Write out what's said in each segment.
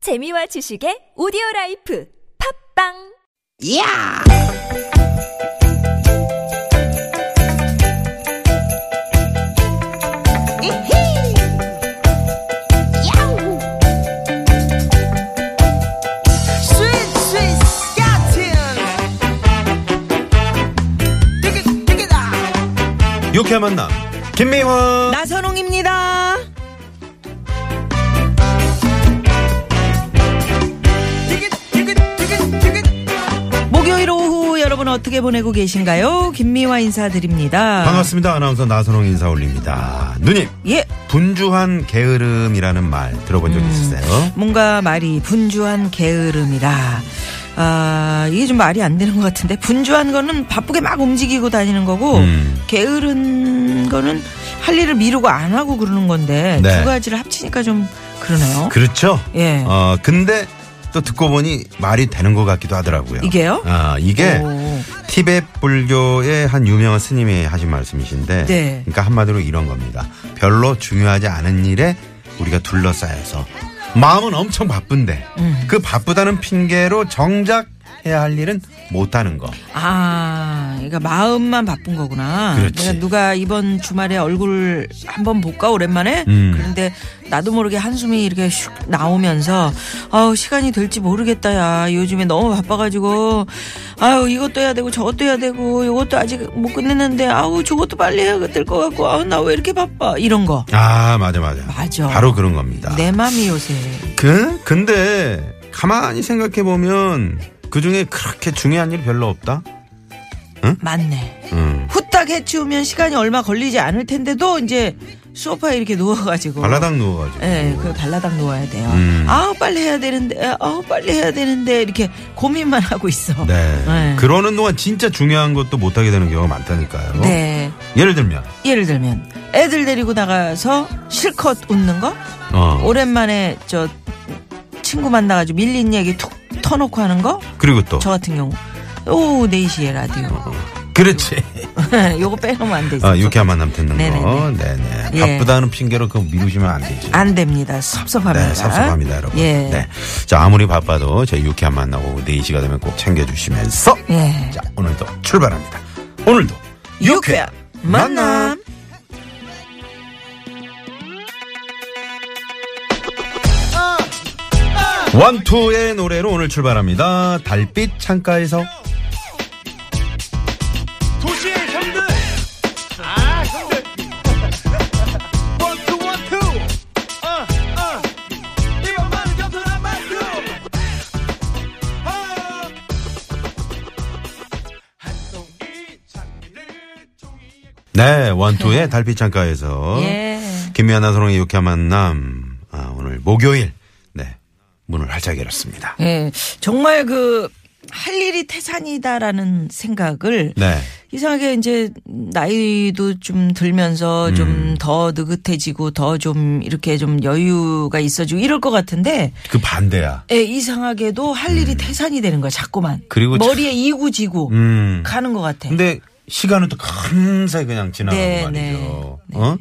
재미와 지식의 오디오 라이프 팝빵 야! 이히! 야우! 스윗 스윗 스카틴! 띠기 띠기다! 유쾌한 만남 김미화 나선홍입니다. 띠기 띠기 띠기 띠기 목요일 오후 여러분 어떻게 보내고 계신가요? 김미화 인사드립니다. 반갑습니다 아나운서 나선홍 인사 올립니다 누님 예. 분주한 게으름이라는 말 들어본 음. 적 있으세요? 뭔가 말이 분주한 게으름이다. 아, 이게 좀 말이 안 되는 것 같은데. 분주한 거는 바쁘게 막 움직이고 다니는 거고, 음. 게으른 거는 할 일을 미루고 안 하고 그러는 건데, 네. 두 가지를 합치니까 좀 그러네요. 그렇죠 예. 어 근데 또 듣고 보니 말이 되는 것 같기도 하더라고요 이게요? 아 이게 오. 티벳 불교의 한 유명한 스님이 하신 말씀이신데 네. 그러니까 한마디로 이런 겁니다 별로 중요하지 않은 일에 우리가 둘러싸여서 마음은 엄청 바쁜데 음. 그 바쁘다는 핑계로 정작 해야 할 일은 못하는 거 아, 그러니까 마음만 바쁜 거구나. 그렇지. 내가 누가 이번 주말에 얼굴 한번 볼까 오랜만에. 음. 그런데 나도 모르게 한숨이 이렇게 슉 나오면서 아우 시간이 될지 모르겠다야. 요즘에 너무 바빠가지고 아유 이것도 해야 되고 저것도 해야 되고 이것도 아직 못 끝냈는데 아우 저것도 빨리 해야 될 것 같고 아우 나 왜 이렇게 바빠 이런 거. 아 맞아 맞아 맞아. 네. 바로 그런 겁니다 내 맘이 요새 그 근데 가만히 생각해 보면 그중에 그렇게 중요한 일 별로 없다 많네. 음. 후딱 해치우면 시간이 얼마 걸리지 않을 텐데도 이제 소파에 이렇게 누워가지고 발라당 누워가지고 예, 그 발라당 놓아야 돼요. 음. 아우 빨리 해야 되는데, 어, 아우 빨리 해야 되는데 이렇게 고민만 하고 있어. 네. 네. 그러는 동안 진짜 중요한 것도 못하게 되는 경우가 많다니까요 네. 예를 들면 예를 들면 애들 데리고 나가서 실컷 웃는 거, 어. 오랜만에 저 친구 만나가지고 밀린 얘기 툭 터놓고 하는 거, 그리고 또 저 같은 경우 오후 4시에 라디오. 그렇지 요거 빼놓으면 안 되죠. 아, 유쾌한 만남 듣는 거 네네네. 네네 예. 바쁘다는 핑계로 그거 미루시면 안 되지 안 됩니다. 섭섭합니다. 네, 섭섭합니다, 여러분. 예. 네. 자, 아무리 바빠도 저희 유쾌한 만나고 4시가 되면 꼭 챙겨주시면서. 예. 자, 오늘도 출발합니다. 오늘도 유쾌한 만남. 원투의 노래로 오늘 출발합니다. 달빛 창가에서. 도시의 형들 아 형들 원투 원투 어어 이만만은 곁으로 만두 한송이 장미를 종이에 네, 원투의 달빛 창가에서. 예. 김미아나 소롱의 유쾌한 만남. 아, 오늘 목요일. 네. 문을 활짝 열었습니다. 예, 정말 그 할 일이 태산이다라는 생각을 네. 이상하게 이제 나이도 좀 들면서 음. 좀 더 느긋해지고 더 좀 이렇게 좀 여유가 있어지고 이럴 것 같은데 그 반대야. 예, 이상하게도 할 일이 태산이 되는 거야 자꾸만 음. 그리고 참- 머리에 이구지고 음. 가는 것 같아. 근데 시간은 또 금세 그냥 지나간 네, 말이죠. 네, 네. 어?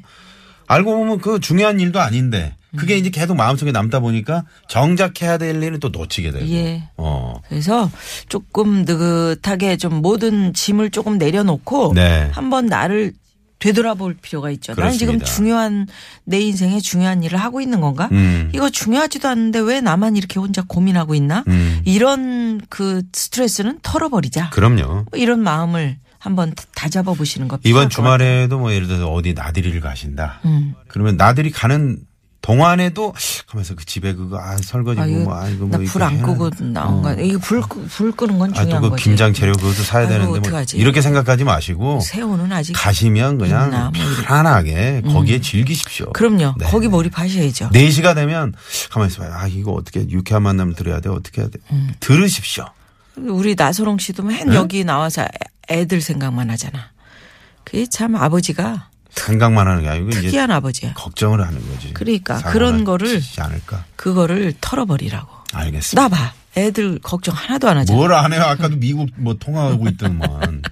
알고 보면 그 중요한 일도 아닌데 그게 이제 계속 마음속에 남다 보니까 정작 해야 될 일은 또 놓치게 되고. 예. 어. 그래서 조금 느긋하게 좀 모든 짐을 조금 내려놓고 네. 한번 나를 되돌아볼 필요가 있죠. 나는 그렇습니다. 지금 중요한 내 인생에 중요한 일을 하고 있는 건가? 음. 이거 중요하지도 않은데 왜 나만 이렇게 혼자 고민하고 있나? 음. 이런 그 스트레스는 털어버리자. 그럼요. 뭐 이런 마음을 한번 다- 다잡아 보시는 것. 이번 필요할 것 같아요. 주말에도 뭐 예를 들어서 어디 나들이를 가신다. 음. 그러면 나들이 가는 동안에도 가면서 그 집에 그거 아 설거지 아, 뭐, 이거 뭐 아이고 뭐 나 이거 불 안 해야 끄고 돼. 어. 나온 거야. 이게 불, 끄- 불 끄는 건 아, 중요한 또그 거지. 김장 재료 그것도 사야 아이고, 되는데 뭐 어떡하지. 이렇게 생각하지 마시고 새우는 아직 가시면 있나, 그냥 뭐 이렇게. 음. 편안하게 거기에 즐기십시오. 그럼요. 네. 거기 몰입하셔야죠. 4시가 되면 가만히 있어봐요. 아, 이거 어떻게 유쾌한 만남 들어야 돼? 어떻게 해야 돼? 음. 들으십시오. 우리 나서롱 씨도 맨 여기 나와서 애- 애들 생각만 하잖아. 그게 참 아버지가 생각만 하는 게 아니고 이제 특이한 아버지야. 걱정을 하는 거지. 그러니까 사고나 그런 거를 치지 않을까? 그거를 털어버리라고. 알겠습니다. 나 봐. 애들 걱정 하나도 안 하잖아. 뭘 안 해요? 아까도 미국 뭐 통화하고 있더만.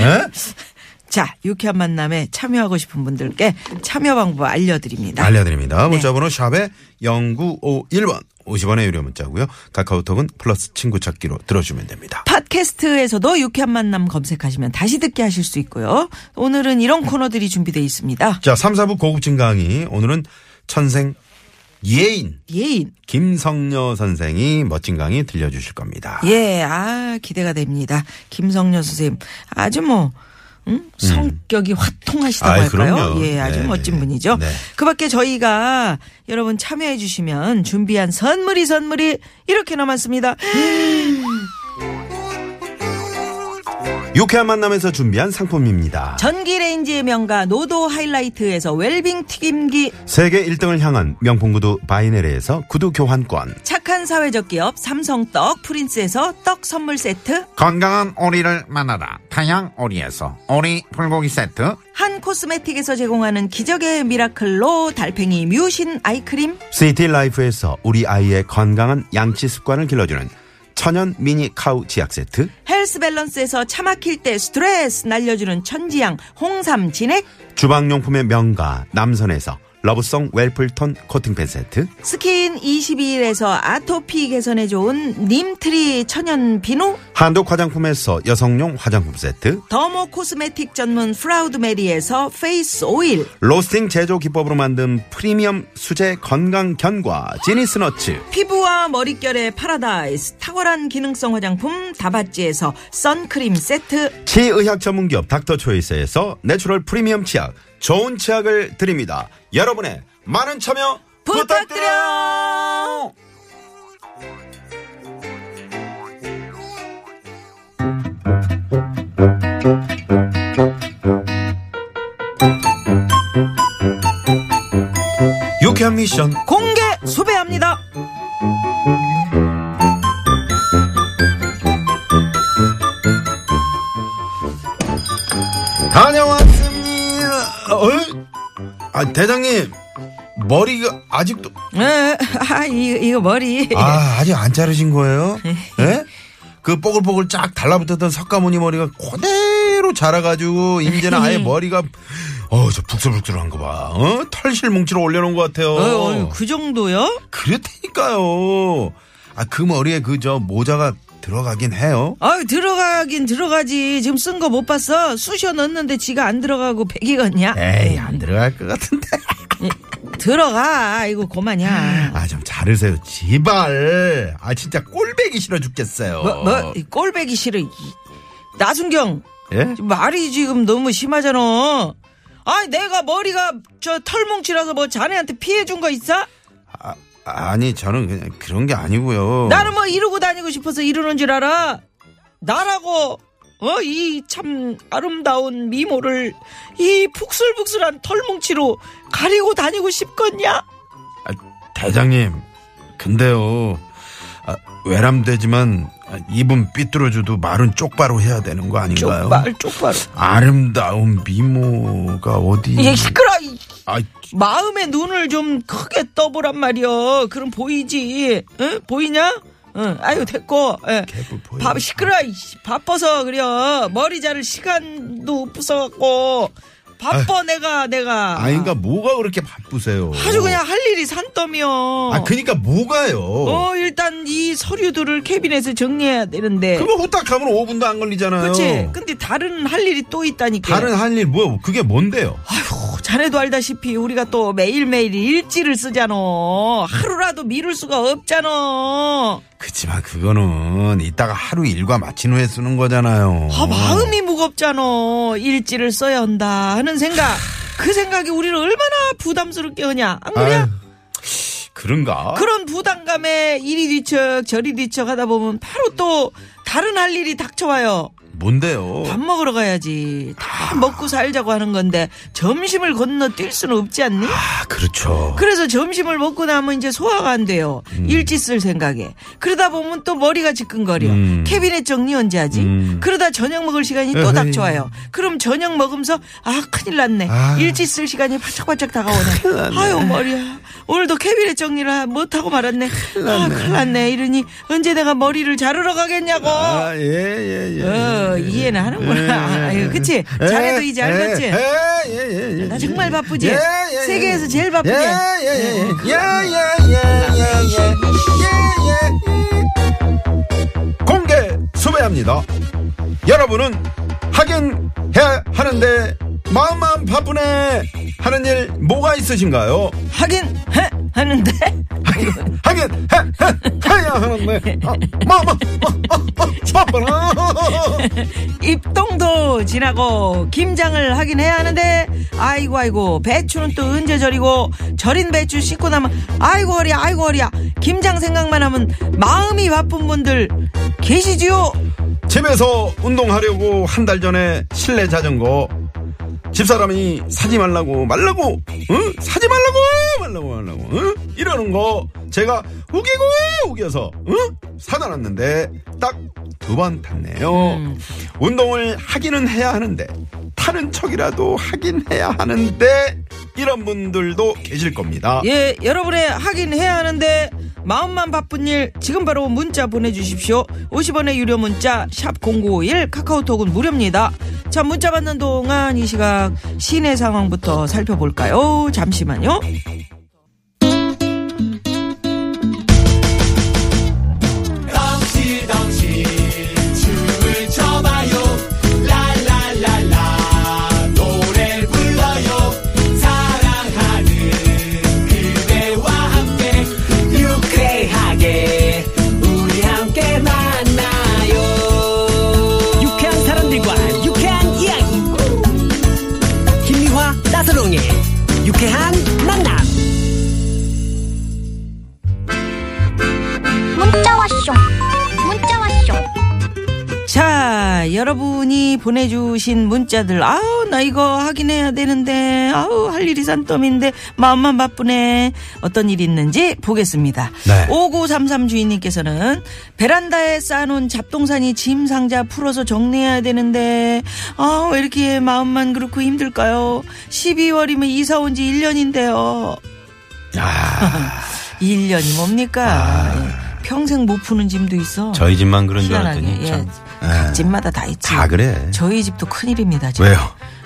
예? 자, 유쾌한 만남에 참여하고 싶은 분들께 참여 방법 알려드립니다. 네. 알려드립니다. 문자번호 샵에 0951번 50원의 유료 문자고요. 카카오톡은 플러스 친구 찾기로 들어주면 됩니다. 팟캐스트에서도 유쾌한 만남 검색하시면 다시 듣게 하실 수 있고요. 오늘은 이런 코너들이 준비되어 있습니다. 자, 3, 4부 고급진 강의. 오늘은 천생 예인 예인. 김성녀 선생이 멋진 강의 들려주실 겁니다. 예, 아, 기대가 됩니다. 김성녀 선생님. 아주 뭐, 음? 성격이 화통하시다고 아이, 할까요? 그럼요. 예, 아주 네, 멋진 네. 분이죠. 네. 그 밖에 저희가 여러분 참여해 주시면 준비한 선물이 선물이 이렇게 남았습니다. 유쾌한 만남에서 준비한 상품입니다. 전기레인지의 명가 노도 하이라이트에서 웰빙 튀김기 세계 1등을 향한 명품 구두 바이네르에서 구두 교환권. 착한 사회적 기업 삼성떡 프린스에서 떡 선물 세트 건강한 오리를 만나다 타양 오리에서 오리 불고기 세트 한 코스메틱에서 제공하는 기적의 미라클로 달팽이 뮤신 아이크림 시티 라이프에서 우리 아이의 건강한 양치 습관을 길러주는 천연 미니 카우 치약 세트. 헬스 밸런스에서 차 막힐 때 스트레스 날려주는 천지양 홍삼 진액 주방용품의 명가 남선에서 러브송 웰플톤 코팅팬 세트. 스킨 22일에서 아토피 개선에 좋은 님트리 천연 비누 한독 화장품에서 여성용 화장품 세트. 더모 코스메틱 전문 프라우드 메리에서 페이스 오일 로스팅 제조 기법으로 만든 프리미엄 수제 건강 견과 지니스너츠. 피부와 머릿결의 파라다이스 탁월한 기능성 화장품 다바찌에서 선크림 세트 치의학 전문기업 닥터초이스에서 내추럴 프리미엄 치약 좋은 치약을 드립니다. 여러분의 많은 참여 부탁드려요. 유쾌한 미션 공개 수배합니다. 다녀왔습니다. 어? 아 대장님 머리가 아직도 에, 아, 이, 이거 머리. 아, 아직 안 자르신 거예요? 예? 그 뽀글뽀글 쫙 달라붙었던 석가모니 머리가 그대로 자라가지고, 이제는 아예 머리가, 어, 저 북슬북슬한 거 봐. 어? 털실 뭉치로 올려놓은 것 같아요. 어, 어, 그 정도요? 그렇다니까요. 아, 그 머리에 그 저 모자가 들어가긴 해요. 아유, 들어가긴 들어가지. 지금 쓴 거 못 봤어. 쑤셔 넣었는데 지가 안 들어가고 백이겠냐? 에이, 안 들어갈 것 같은데. 들어가. 이거 고만이야. 아, 좀 자르세요. 제발. 아, 진짜 꼴배기 싫어 죽겠어요. 뭐, 뭐, 이 꼴배기 싫어. 이- 나순경, 예? 말이 지금 너무 심하잖아. 아, 내가 머리가 저 털뭉치라서 뭐 자네한테 피해 준 거 있어? 아, 아니, 저는 그냥 그런 게 아니고요. 나는 뭐 이러고 다니고 싶어서 이러는 줄 알아. 나라고 어 이 참 아름다운 미모를 이 북슬북슬한 털뭉치로 가리고 다니고 싶겠냐? 아, 대장님, 근데요, 아, 외람되지만 아, 입은 삐뚤어져도 말은 똑바로 해야 되는 거 아닌가요? 쪽발 쪽발. 아름다운 미모가 어디? 이 예, 시끄러. 이 아, 마음의 눈을 좀 크게 떠보란 말이여. 그럼 보이지? 응? 보이냐? 응. 아유 됐고. 예. 개뿔 보여. 밥 시끄러. 이 씨. 바빠서 그려. 머리 자를 시간도 없어갖고 바빠 내가 내가. 아니, 그러니까 뭐가 그렇게 바쁘세요? 아주 그냥 할 일이 산더미요. 아, 그러니까 뭐가요? 어, 일단 이 서류들을 캐비넷에 정리해야 되는데. 그거 후딱하면 5분도 안 걸리잖아요. 그렇지. 근데 다른 할 일이 또 있다니까. 다른 할 일 뭐, 그게 뭔데요? 아휴, 자네도 알다시피 우리가 또 매일매일 일지를 쓰잖아. 하루라도 미룰 수가 없잖아. 그치만 그거는 이따가 하루 일과 마친 후에 쓰는 거잖아요. 아, 마음이 무겁잖아. 일지를 써야 한다 하는 생각. 그 생각이 우리를 얼마나 부담스럽게 하냐. 안 그래? 아유, 그런가? 그런 부담감에 이리 뒤척 저리 뒤척 하다 보면 바로 또 다른 할 일이 닥쳐와요. 뭔데요? 밥 먹으러 가야지. 다 먹고 살자고 하는 건데 점심을 건너 뛸 수는 없지 않니? 아, 그렇죠. 그래서 점심을 먹고 나면 이제 소화가 안 돼요. 음. 일찍 쓸 생각에. 그러다 보면 또 머리가 지끈거려. 음. 캐비넷 정리 언제 하지? 그러다 저녁 먹을 시간이 또 에헤이. 닥쳐와요. 그럼 저녁 먹으면서 아 큰일 났네. 아. 일찍 쓸 시간이 바짝바짝 다가오네. 아유 머리야. 오늘도 캐비넷 정리를 못하고 말았네. 아 큰일 났네. 이러니 언제 내가 머리를 자르러 가겠냐고. 아, 예, 예, 예. 어, 아유 이해는 하는구나. 아유 그치 잘해도 이제 알겠지. 예, 예예예. 예. 나 정말 바쁘지? 세계에서 제일 바쁘지? 예예예예예예예예예. 예. 예예. 공개 수배합니다. 여러분은 하긴 해야 하는데 마음만 바쁘네 하는 일 뭐가 있으신가요? 하긴 해 하는데 하긴 해, 해, 해야 하는데 아, 마음만 아, 아, 아, 바쁘네. 입동도 지나고 김장을 하긴 해야 하는데 아이고 아이고 배추는 또 언제 절이고 절인 배추 씻고 나면 아이고 허리야 아이고 허리야 김장 생각만 하면 마음이 바쁜 분들 계시지요? 집에서 운동하려고 한 달 전에 실내 자전거 집사람이 사지 말라고 말라고 응? 사지 말라고 말라고 말라고 응? 이러는 거 제가 우기고 우겨서 응? 사다 놨는데 딱 두 번 탔네요 운동을 하기는 해야 하는데 타는 척이라도 하긴 해야 하는데 이런 분들도 계실 겁니다 예, 여러분의 하긴 해야 하는데 마음만 바쁜 일 지금 바로 문자 보내주십시오. 50원의 유료 문자 샵 #0951 카카오톡은 무료입니다. 자, 문자 받는 동안 이 시각 시내 상황부터 살펴볼까요? 잠시만요. 유쾌하게 우리 함께 만나요 유쾌한 사람들과 유쾌한 이야기 김미화 나서롱의 유쾌한 만남 문자 왔쇼 문자 왔쇼 자, 여러분이 보내주신 문자들, 아우, 나 이거 확인해야 되는데, 아우, 할 일이 산더미인데, 마음만 바쁘네. 어떤 일이 있는지 보겠습니다. 네. 5933 주인님께서는, 베란다에 쌓아놓은 잡동사니 짐 상자 풀어서 정리해야 되는데, 아, 왜 이렇게 마음만 그렇고 힘들까요? 12월이면 이사 온 지 1년인데요. 일 1년이 뭡니까? 예. 평생 못 푸는 짐도 있어. 아. 저희 집만 그런 줄 희한하게, 알았더니 예. 참 각 집마다 다 있지. 다 그래 저희 집도 큰일입니다. 지금. 왜요?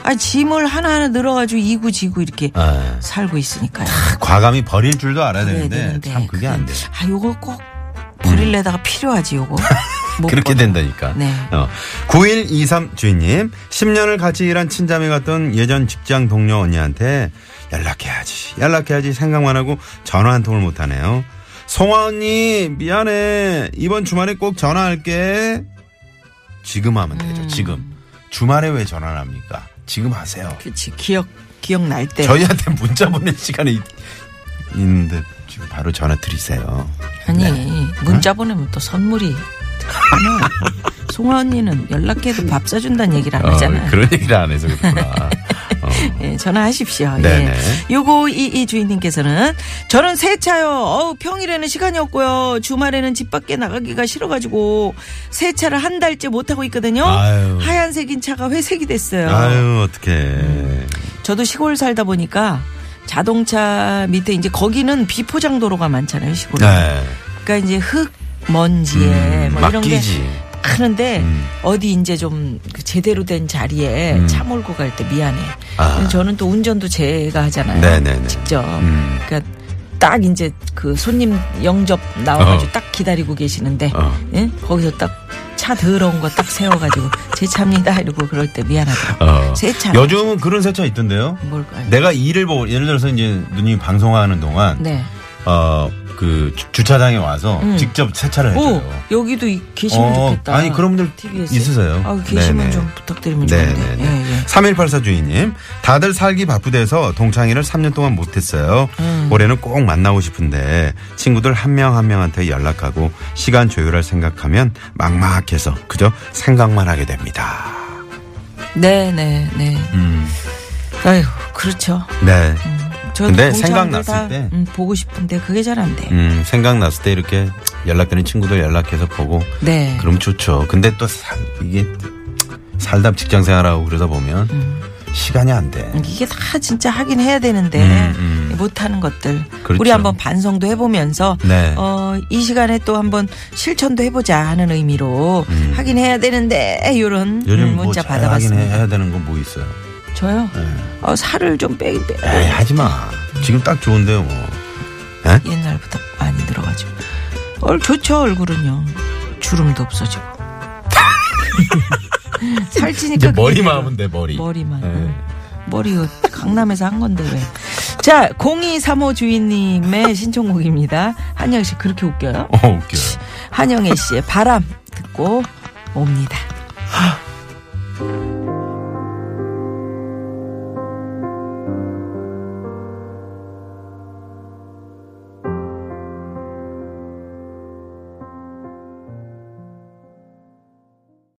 아 짐을 하나하나 늘어가지고 이구 지구 이렇게 아. 살고 있으니까요. 그 과감히 버릴 줄도 알아야 네, 그래야 되는데 참 그게 안 돼. 음. 아 요거 꼭 버릴래다가 필요하지 요거. 못 그렇게 버려. 된다니까. 네. 어. 9123 주인님, 10년을 같이 일한 친자매 같던 예전 직장 동료 언니한테 연락해야지, 연락해야지 생각만 하고 전화 한 통을 못 하네요. 송아 언니, 미안해. 이번 주말에 꼭 전화할게. 지금 하면 음. 되죠, 지금. 주말에 왜 전화를 합니까? 지금 하세요. 그렇지 기억 기억 날 때. 저희한테 문자 보낼 시간이 있- 있는데 지금 바로 전화 드리세요. 아니 네. 문자 보내면 또 선물이. 하나. 송아 언니는 연락해도 밥 사준다는 얘기를 안 하잖아요. 어, 그런 얘기를 안 해서 그렇구나. 어. 예, 전화하십시오. 네네. 예. 요거 이, 이 주인님께서는 저는 세차요. 어우, 평일에는 시간이 없고요. 주말에는 집 밖에 나가기가 싫어가지고 세차를 한 달째 못하고 있거든요. 아유. 하얀색인 차가 회색이 됐어요. 음. 아유, 어떡해. 저도 시골 살다 보니까 자동차 밑에 이제 거기는 비포장 도로가 많잖아요. 시골에. 네. 그러니까 이제 흙, 먼지에 음, 뭐 이런 게 맡기지. 크는데 음. 어디 이제 좀그 제대로 된 자리에 차 몰고 갈 때 미안해. 아. 근데 저는 또 운전도 제가 하잖아요. 네네네. 직접. 음. 그러니까 딱 이제 그 손님 영접 나와가지고 어. 딱 기다리고 계시는데 어. 예? 거기서 딱 차 더러운 거 딱 세워가지고 제 차입니다 이러고 그럴 때 미안하더라고. 어. 세차. 요즘은 그런 세차 있던데요. 뭘 아니, 내가 일을 보고 예를 들어서 이제 누님이 방송하는 동안 네. 어 그 주차장에 와서 음. 직접 세차를 해줘요. 오 여기도 이- 계시면 어, 좋겠다. 아니, 그런 분들 TBS. 있으세요? 아 계시면 네네. 좀 부탁드리면 좋은데. 네네네. 예, 예. 3184 주인님, 다들 살기 바쁘대서 동창회를 3년 동안 못했어요. 음. 올해는 꼭 만나고 싶은데 친구들 한 명 한 명한테 연락하고 시간 조율할 생각하면 막막해서 그저 생각만 하게 됩니다. 예. 네네네. 음. 아유 그렇죠. 네. 저 근데 생각났을 때. 음, 보고 싶은데 그게 잘 안 돼. 음, 생각났을 때 이렇게 연락되는 친구들 연락해서 보고 네. 음. 그럼 좋죠. 근데 또 사- 이게 살다 직장 생활하고 그러다 보면 시간이 안 돼. 이게 다 진짜 하긴 해야 되는데 음, 음. 못하는 것들 그렇죠. 우리 한번 반성도 해보면서 네. 어, 이 시간에 또 한번 실천도 해보자 하는 의미로 하긴 해야 되는데 이런 음. 음, 요즘 뭐 네, 문자 잘 하긴 네. 받아봤습니다. 해야 되는 건 뭐 있어요? 저요 어, 살을 좀 빼긴 빼. 에이 하지 마. 지금 딱 좋은데요. 뭐. 옛날보다 많이 늘어가지고 얼 좋죠 얼굴은요 주름도 없어지고 살찌니까 이제 머리만 네. 그게 하면 돼, 머리. 예. 머리만 머리 이거 강남에서 한 건데 왜? 자 0235 주인님의 신청곡입니다 한영 씨 그렇게 웃겨요? 어 웃겨. 한영애 씨의 바람 듣고 옵니다.